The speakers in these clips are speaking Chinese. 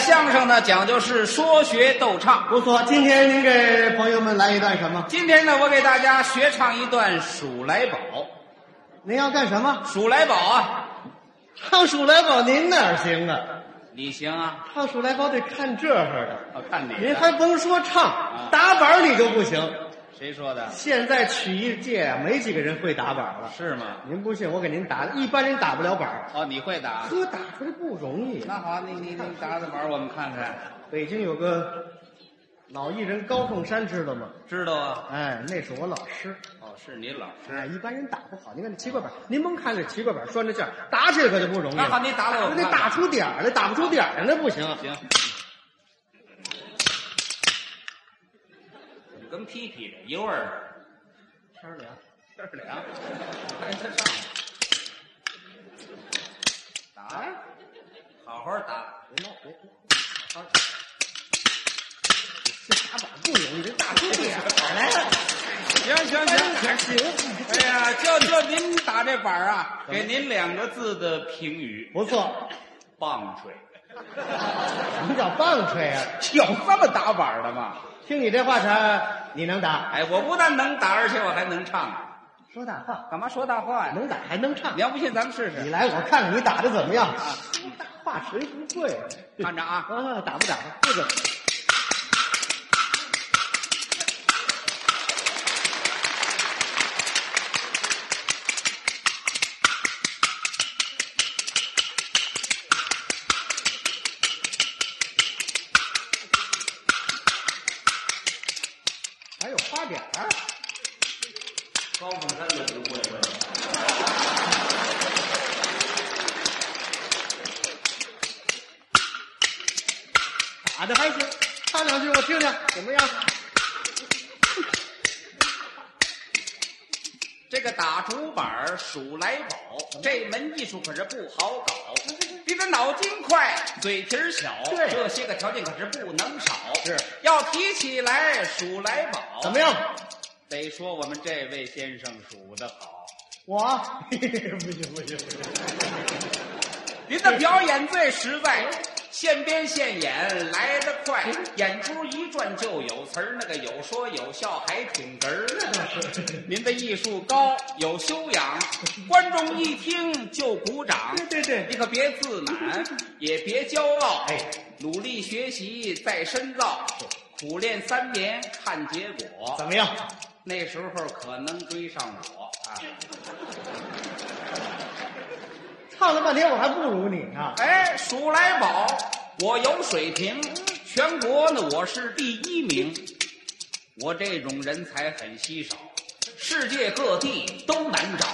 相声呢，讲究是说学逗唱。不错，今天您给朋友们来一段什么？今天呢，我给大家学唱一段《数来宝》。您要干什么？ 《数来宝》啊，唱数来宝您哪儿行啊？你行啊？唱数来宝得看这儿的，我看你的您还甭说唱，打板儿你就不行。谁说的？现在曲艺界啊没几个人会打板儿了，是吗？您不信我给您打，一般人打不了板儿，哦，你会打？呵，打出来不容易。那好，你你你打打板儿，我们看看。北京有个老艺人高凤山，知道吗？知道啊？哎，那是我老师。哦，是你老师。哎，一般人打不好。您看这奇怪板，您甭看这奇怪板拴着劲儿，打起来可就不容易了。那好，你打来我看那得看打出点儿来，打不出点儿来那不行。行。怎么跟屁屁的一味儿？天儿凉，这儿凉，还得上。打呀，好好打。别闹，别闹。这打板不容易，这打出点儿来了。行行还行。哎呀，就就您打这板儿啊，给您两个字的评语： 不错，棒槌。什么叫棒槌啊？有这么打板儿的吗？听你这话茬，你能打？哎，我不但能打，而且我还能唱。啊说大话，干嘛说大话呀？能打还能唱你。要不信，咱们试你试。来，我看看你打的怎么样。说大话谁不会？ 看着啊，啊，打不打？这个还有花点儿。高凤山的不会会。打的还行，唱两句我听听，怎么样？这个打竹板儿数来宝，这门艺术可是不好搞。你得脑筋快，嘴皮儿小，对这些个条件可是不能少。是要提起来数来宝，怎么样？得说我们这位先生数得好，我啊 不行不行不行，您的表演最实在，现编现演来得快，眼珠一转就有词儿，那个有说有笑还挺哏儿呢。您的艺术高，有修养，观众一听就鼓掌。对对对你可别自满，也别骄傲，哎，努力学习再深造，苦练三年看结果，怎么样？那时候可能追上我啊！唱了半天我还不如你啊呢。哎，数来宝，我有水平，全国呢我是第一名，我这种人才很稀少，世界各地都难找，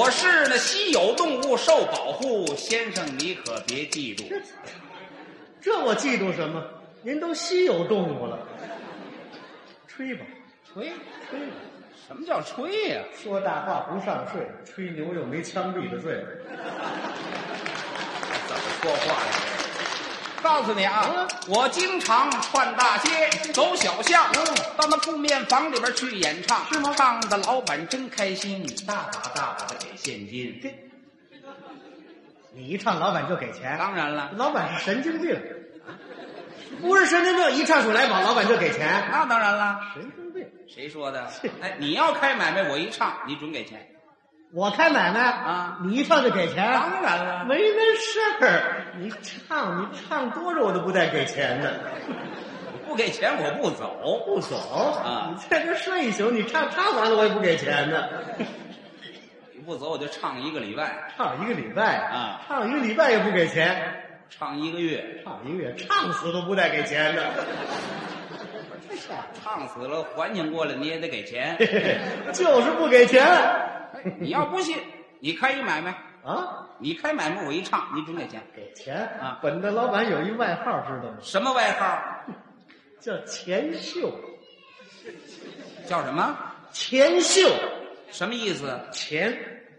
我是那稀有动物，受保护，先生你可别嫉妒。这我嫉妒什么？您都稀有动物了，吹吧，吹，吹吧，什么叫吹呀、说大话不上税，吹牛又没枪毙的罪。怎么说话呀？告诉你啊，我经常串大街、走小巷，到那铺面房里边去演唱，是吗唱的老板真开心，大把大把的给现金。你一唱，老板就给钱。当然了，老板是神经病，不是神经病，一唱数来宝，老板就给钱。那当然了，神经病，谁说的？哎，你要开买卖，我一唱，你准给钱。我开买卖啊你一唱就给钱。当然了，没那事儿，你唱你唱多少我都不带给钱的，不给钱我不走。不走啊你在这睡一宿，你唱唱完了我也不给钱的，你不走我就唱一个礼拜，唱一个礼拜啊唱一个礼拜也不给钱，唱一个月，唱一个月唱死都不带给钱的，这是啊唱死了缓醒过来你也得给钱。 哎嘿嘿就是不给钱你要不信，你开一买卖，啊，你开买卖我一唱，你准给钱。给钱啊本的老板有一外号知道吗？什么外号？叫钱秀，叫什么？钱秀，什么意思？钱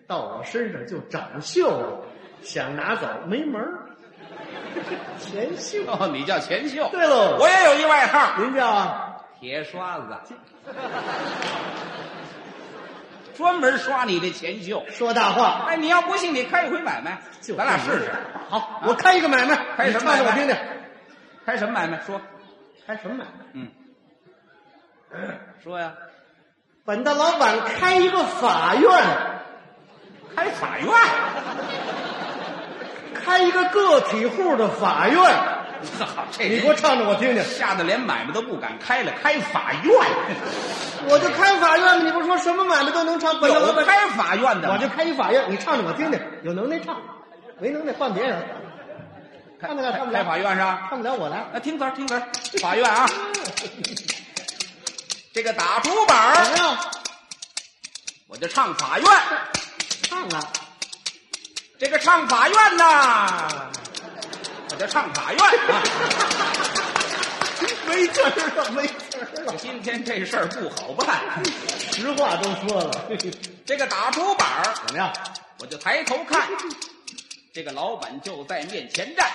到我身上就长锈了，想拿走没门儿。钱锈。哦，你叫钱秀。对喽我也有一外号，您叫铁刷子，专门刷你这钱秀。说大话。 哎，你要不信，你开一回买卖，就咱俩试试。啊好，我开一个买卖，开什么买你唱着卖我听听。开什么买卖？说，开什么买卖？嗯，说呀，本大老板开一个法院，开法 院，开一个个体户的法院。好，这你人给我唱唱，我听听。吓得连买卖都不敢开了，开法 院，我就开法院嘛，你不是说什么买卖都能唱？本大老有板开法院的吗，我就开一法院，你唱唱我听听，有能耐唱，没能耐换别人。看得了看不了开法院上。唱不了我来。啊，听词儿听词儿，法院 啊，这个打竹板怎儿，么样？我就唱法院。唱啊！这个唱法院呐，我就唱法院啊。没词儿了，没词儿了。今天这事儿不好办。实话都说 了，这个打竹板儿，怎么样？我就抬头看，这个老板就在面前站。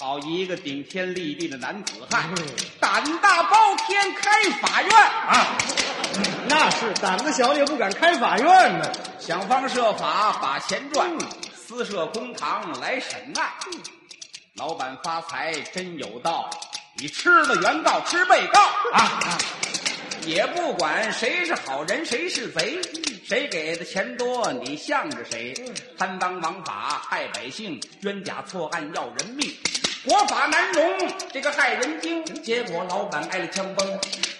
好一个顶天立地的男子汉嗯，胆大包天开法院啊！那是胆子小的也不敢开法院呢。想方设法把钱赚，私设公堂来审案。老板发财真有道，你吃了原告吃被告啊！也不管谁是好人谁是贼，谁给的钱多你向着谁，贪赃枉法害百姓，冤假错案要人命。国法难容，这个害人精。结果老板挨了枪崩，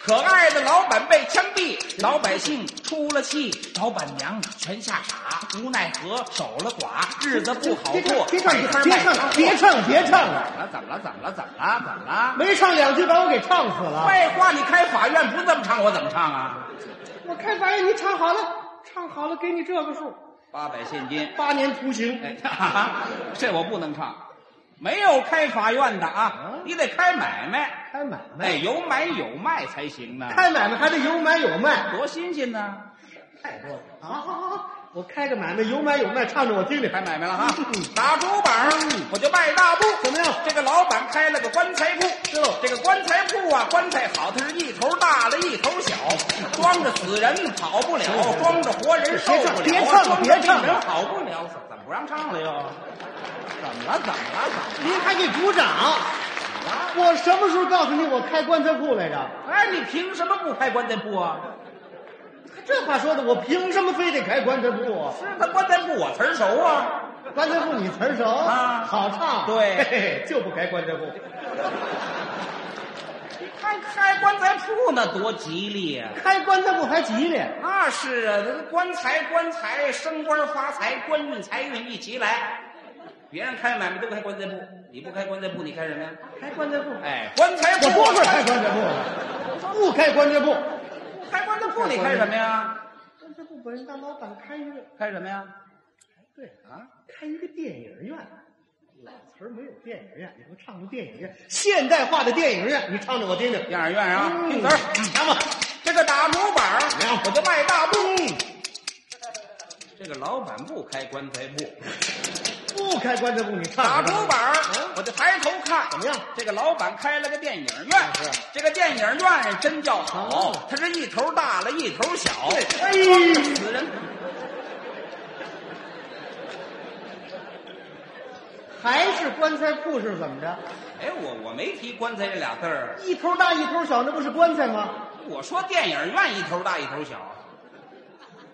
可爱的老板被枪毙，老百姓出了气，老板娘全吓傻，无奈何守了寡，日子不好过。别唱，别摆唱，摊别儿卖唱，别唱，别唱了！摊儿怎么了？怎么了？怎么了？怎么了？没唱两句把我给唱死了。废话，你开法院不这么唱，我怎么唱啊？我开法院，你唱好了，唱好了，给你这个数，八百现金。八年徒刑。哎，哈哈 这我不能唱，没有开法院的啊啊，你得开买卖，开买哎，卖，有买有卖才行呢，开买卖还得有买有卖，多新鲜呢！太多了。好好好好，我开个买卖，有买有卖，唱着我听听。开买卖 了哈嗯，打竹板儿我就迈大步。怎么样？这个老板开了个棺材铺，哟这个棺材铺啊，棺材好，它是一头大了一头小，装着死人跑不了，装着活人受不了啊，别唱了别装着唱病了人好不了，怎么不让唱了又？怎么了？怎么了？怎您还给鼓掌？么了？我什么时候告诉你我开棺材铺来着？哎，你凭什么不开棺材铺啊？这话说的，我凭什么非得开棺材铺啊？是他棺材铺我词儿熟啊，棺材铺你词儿熟啊好唱。对嘿嘿，就不开棺材铺。开开棺材铺那多吉利啊呀、开棺材铺还吉利，那是啊，那棺材棺材升官发财，官运财运一起来。别人开买卖都开棺材铺，你不开棺材铺，你开什么呀？开棺材铺。哎，棺材铺我不是开棺材铺的，不开棺材铺。开棺材铺，你开什么呀？棺材铺本人当老板开一个，开什么呀？对，啊，开一个电影院。老词儿没有电影院，你给我唱个电影院，现代化的电影院，你唱着我听听。电影院啊，嗯听词儿。来吧，这个打竹板怎么儿样，我就迈大步。这个老板不开棺材铺，不开棺材铺，你 唱打着吧竹板儿，我就抬头看，怎么样？这个老板开了个电影院，这个电影院真叫好哦，它是一头大了一头小，哎，死人还是棺材铺是怎么着？哎，我我没提棺材这俩字儿，一头大一头小，那不是棺材吗？我说电影院一头大一头小，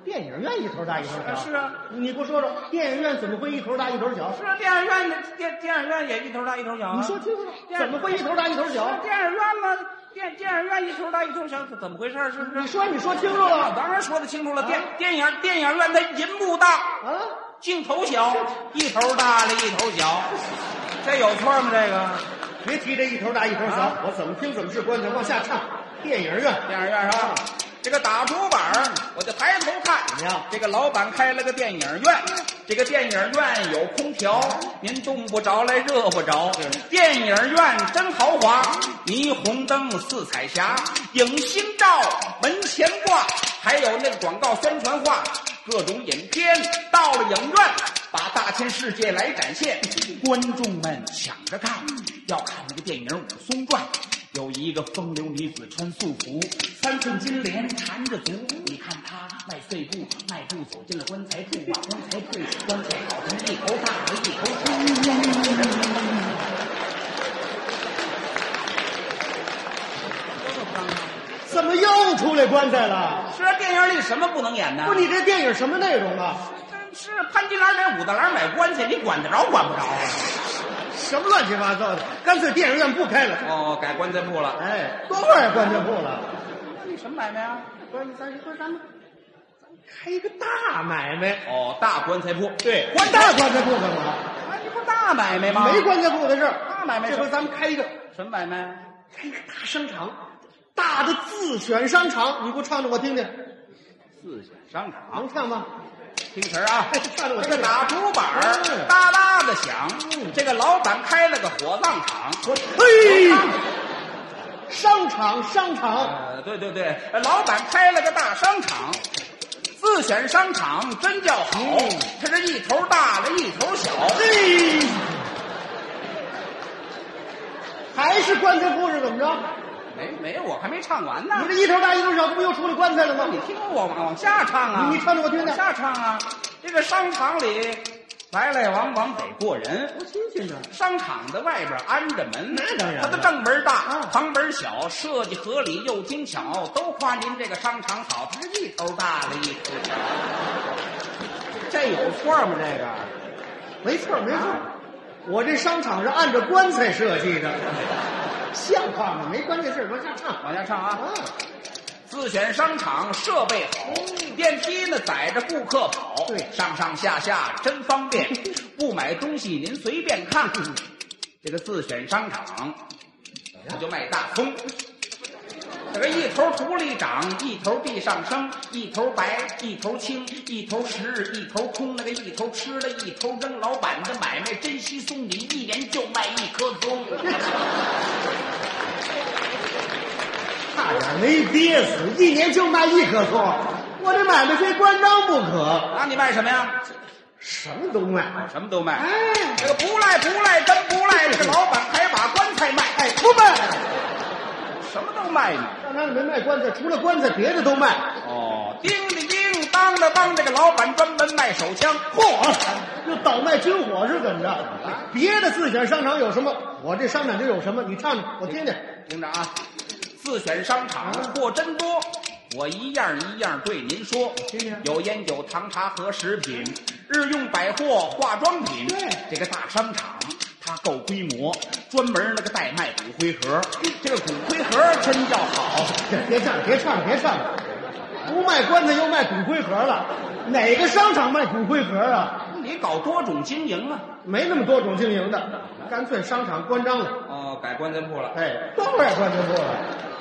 电影院一头大一头小。啊是啊，你不说说，电影院怎么会一头大一头小？是啊，电影院的电电影院也一头大一头小啊。你说清楚了，电怎么会一头大一头小？电影院嘛，电电影院一头大一头小，怎么回事儿？是不啊你是？说，你说清楚我了当然说得清楚了，电电影电影院它银幕大，啊？镜头小，一头大了一头小，这有错吗？这个别提这一头大一头小啊，我怎么听怎么是棺材，往下唱。电影院电影院是吧？这个打竹板儿，我就抬头看。怎么样这个老板开了个电影院，这个电影院有空调，您冻不着来热不着。电影院真豪华，霓虹灯四彩霞，影星照门前挂，还有那个广告宣传画，各种影片到了影院，把大千世界来展现。观众们抢着看，要看那个电影《武松传》。有一个风流女子穿素服，三寸金莲缠着足。你看她迈碎步，迈步走进了棺材铺啊，棺材铺，棺材好成一头大，一头粗。棺材了。是啊，电影里什么不能演呢？不，你这电影什么内容啊？这是潘金莲给武大郎买棺材，你管得着管不着啊？什么乱七八糟的？干脆电影院不开了。哦，改棺材铺了。哎，多会儿棺材铺了？你什么买卖啊？不是，咱说咱们咱开一个大买卖，哦，大棺材铺。对棺大材棺材铺干嘛？啊，你不是大买卖吗？没棺材铺的事儿。大买卖这什回么，咱们开一个什么买卖？开一个大商场，大的自选商场，你给我唱唱我听听，自选商场，能唱吗？听词儿啊哎，唱着我这个打竹板儿嗯哒啦的响嗯，这个老板开了个火葬场。我嘿，商场商场，呃，对对对，老板开了个大商场，自选商场真叫好嗯，他这一头大了一头小。嘿，还是棺材铺是怎么着？没没，我还没唱完呢你。这一头大一头小，不又出来棺材了你吗？听我往往下唱啊！你你唱着我听听往下唱啊！这个商场里来来往往得过人，多新鲜呢！商场的外边安着门，那当然了它的正门大啊，旁门小，设计合理又精巧，都夸您这个商场好，它一头大了一头小。这有错吗？这个没错没错，我这商场是按照棺材设计的，像话吗？没关键事儿往下唱往下唱啊！啊！自选商场设备好，电梯呢载着顾客跑，对上上下下真方便。不买东西您随便看，这个自选商场，我就卖大葱。这个一头土里长，一头地上生，一头白，一头青，一头实，一头空。那个一头吃了，一头扔。老板的买卖真稀松，你一年就卖一颗葱。差点哎没憋死，一年就卖一颗葱，我这买卖非关张不可，那你卖什么呀？什么都卖。什么都卖。哎，这个不赖不赖，真不赖。这个老板还把棺材卖，哎，不卖，什么都卖呢。上哪里没卖棺材？除了棺材，别的都卖。哦，叮的叮，当的当，这个老板专门卖手枪。嚯，又倒卖军火是怎么着？哎别的自选商场有什么，我这商场就有什么。你唱唱，我听听。听着啊，自选商场啊货真多，我一样一样对您说听听。有烟酒、糖茶和食品，日用百货、化妆品。对这个大商场它够规模，专门那个代卖骨灰盒。这个骨灰盒真叫好，别唱，别唱，别唱了！不卖棺材又卖骨灰盒了，哪个商场卖骨灰盒啊？你搞多种经营啊。没那么多种经营的，干脆商场关张了。哦，改棺材铺了。哎，光改棺材铺了，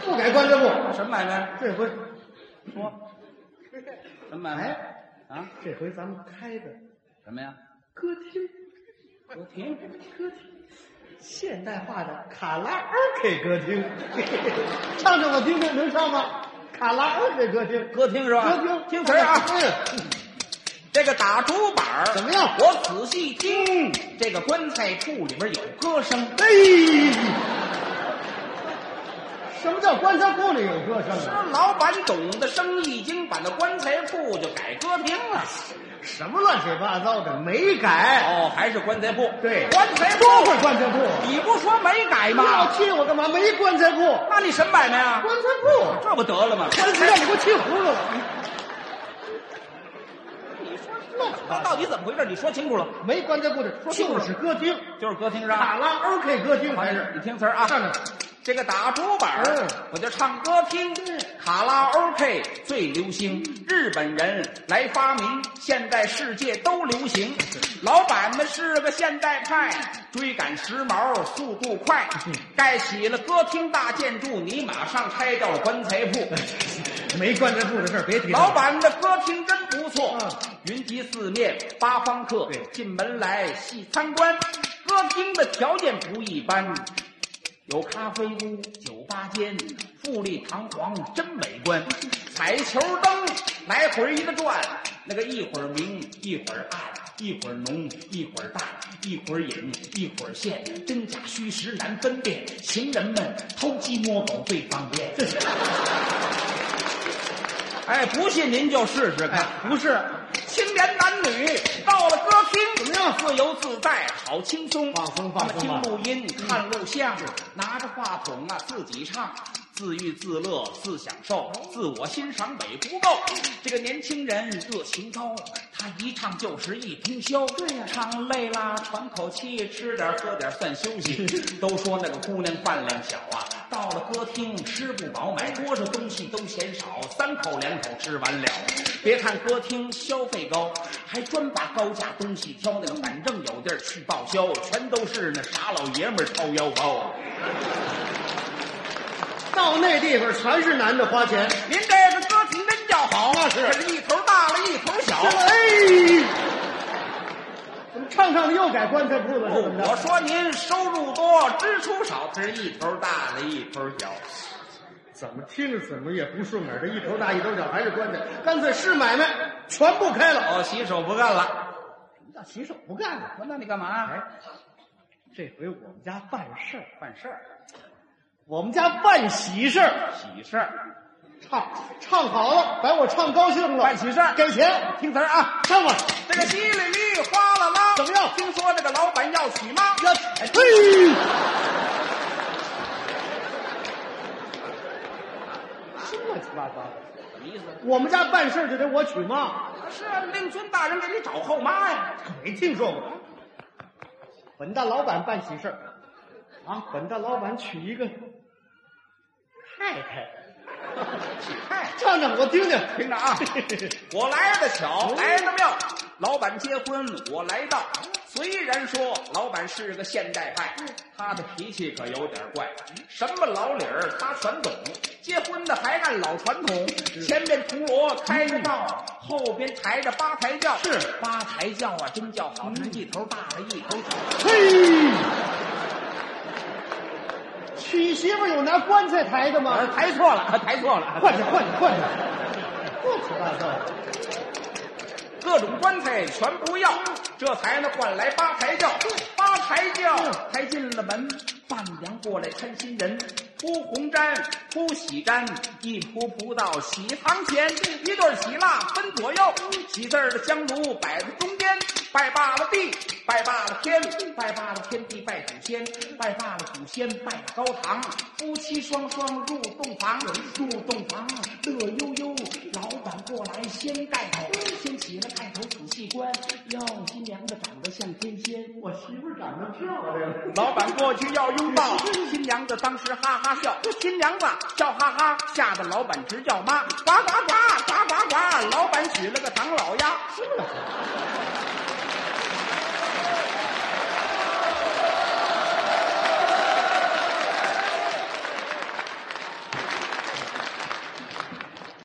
不改棺材铺，什么买卖？这回说什么买卖？啊，这回咱们开个什么呀？歌厅，歌厅。歌厅，现代化的卡拉 OK 歌厅， 唱唱我听听，能唱吗？卡拉 OK 歌厅，歌厅是吧？歌厅，听词儿啊！嗯，这个打竹板儿怎么样嗯我仔细听，这个棺材铺里边有歌声。哎，什么叫棺材铺里有歌声是啊？老板懂得生意经，把那棺材铺就改歌厅了。什么乱七八糟的，没改。哦，还是棺材铺。对棺材铺。都会棺材铺，你不说没改你老吗？气我干嘛？没棺材铺，那你什么买卖啊？棺材铺。这不得了吗？我棺让你给我气糊涂了！你说这到底怎么回事？你说清楚了。没棺材铺的，就是歌厅，就是歌厅是吧？卡拉 OK 歌厅还你是听词儿啊，看着这个打竹板儿、嗯我就唱歌听。卡拉 OK 最流行，日本人来发明，现在世界都流行。嗯老板们是个现代派，追赶时髦，速度快。嗯盖起了歌厅大建筑，你马上拆掉了棺材铺。没棺材铺的事儿别提了。老板的歌厅真不错嗯，云集四面八方客对，进门来细参观。歌厅的条件不一般，有咖啡屋、酒吧间，富丽堂皇，真美观。彩球灯来回一个转，那个一会儿明，一会儿暗，一会儿浓，一会儿淡，一会儿隐，一会儿现，真假虚实难分辨。行人们偷鸡摸狗最方便。哎，不信您就试试看。哎，不是，青年男女到了歌厅，怎么样？自由自在，好轻松，放松放松吧嗯啊他们听录音，看录像，拿着话筒啊自己唱，自娱自乐，自享受，自我欣赏美不够。这个年轻人热情高，他一唱就是一通宵。对呀唱累啦，喘口气，吃点喝点算休 息。都说那个姑娘饭量小啊，到了歌厅吃不饱，买多少东西都嫌少，三口两口吃完了。别看歌厅消费高，还专把高价东西挑，那个反正有地儿去报销，全都是那傻老爷们儿掏腰包。到那地方全是男的花钱。您这个歌曲真叫好那是这啊是一头大了一头小。哎，怎么唱唱的又改棺材铺了？是怎么我着？说您收入多，支出少，这是一头大了一头小。怎么听着怎么也不顺耳，这一头大一头小还是棺材，干脆是买卖全部开了。哦，洗手不干了。那洗手不干了。我说那你干嘛？哎，这回我们家办事儿，办事儿，啊我们家办喜事儿，喜事儿，唱唱好了，把我唱高兴了，办喜事儿给钱，听词儿啊。唱吧。这个稀里哩哗啦啦，怎么样听说这个老板要娶妈，呀，嘿，什么乱七八糟的？什么意思？我们家办事儿就得我娶妈，是啊，令尊大人给你找后妈呀。没听说过。本大老板办喜事儿，啊，本大老板娶一个太太，嗨，唱唱我听听。 听着 啊，我来的巧，嗯来的妙。老板结婚，我来到。虽然说老板是个现代派，他的脾气可有点怪，什么老理儿他全懂。结婚的还按老传统，前面铜锣开着道，后边抬着八抬轿。是八抬轿啊，真叫好，那一头大了一头小。嘿，娶媳妇儿有拿棺材抬的吗？啊抬错了，抬错了啊换去，换去，换去，乱七八糟的。各种棺材全不要，这才呢换来八抬轿。八抬轿抬进了门，伴娘过来看新人，铺红毡，铺喜毡，一铺铺到喜堂前，一对喜蜡分左右，喜字儿的香炉摆在中间，拜罢了地，拜罢了天，拜罢了天地拜祖先，拜罢了祖先拜了高堂，夫妻双双入洞房，入洞房啊乐悠悠，老板过来掀盖头，掀起了盖头仔细观，哟，新娘子长得像天仙，我媳妇儿长得漂亮，老板过去要拥抱，新娘子当时哈哈笑，新娘子笑哈哈，吓得老板直叫妈，呱呱呱呱呱呱，老板娶了个唐老鸭。是啊，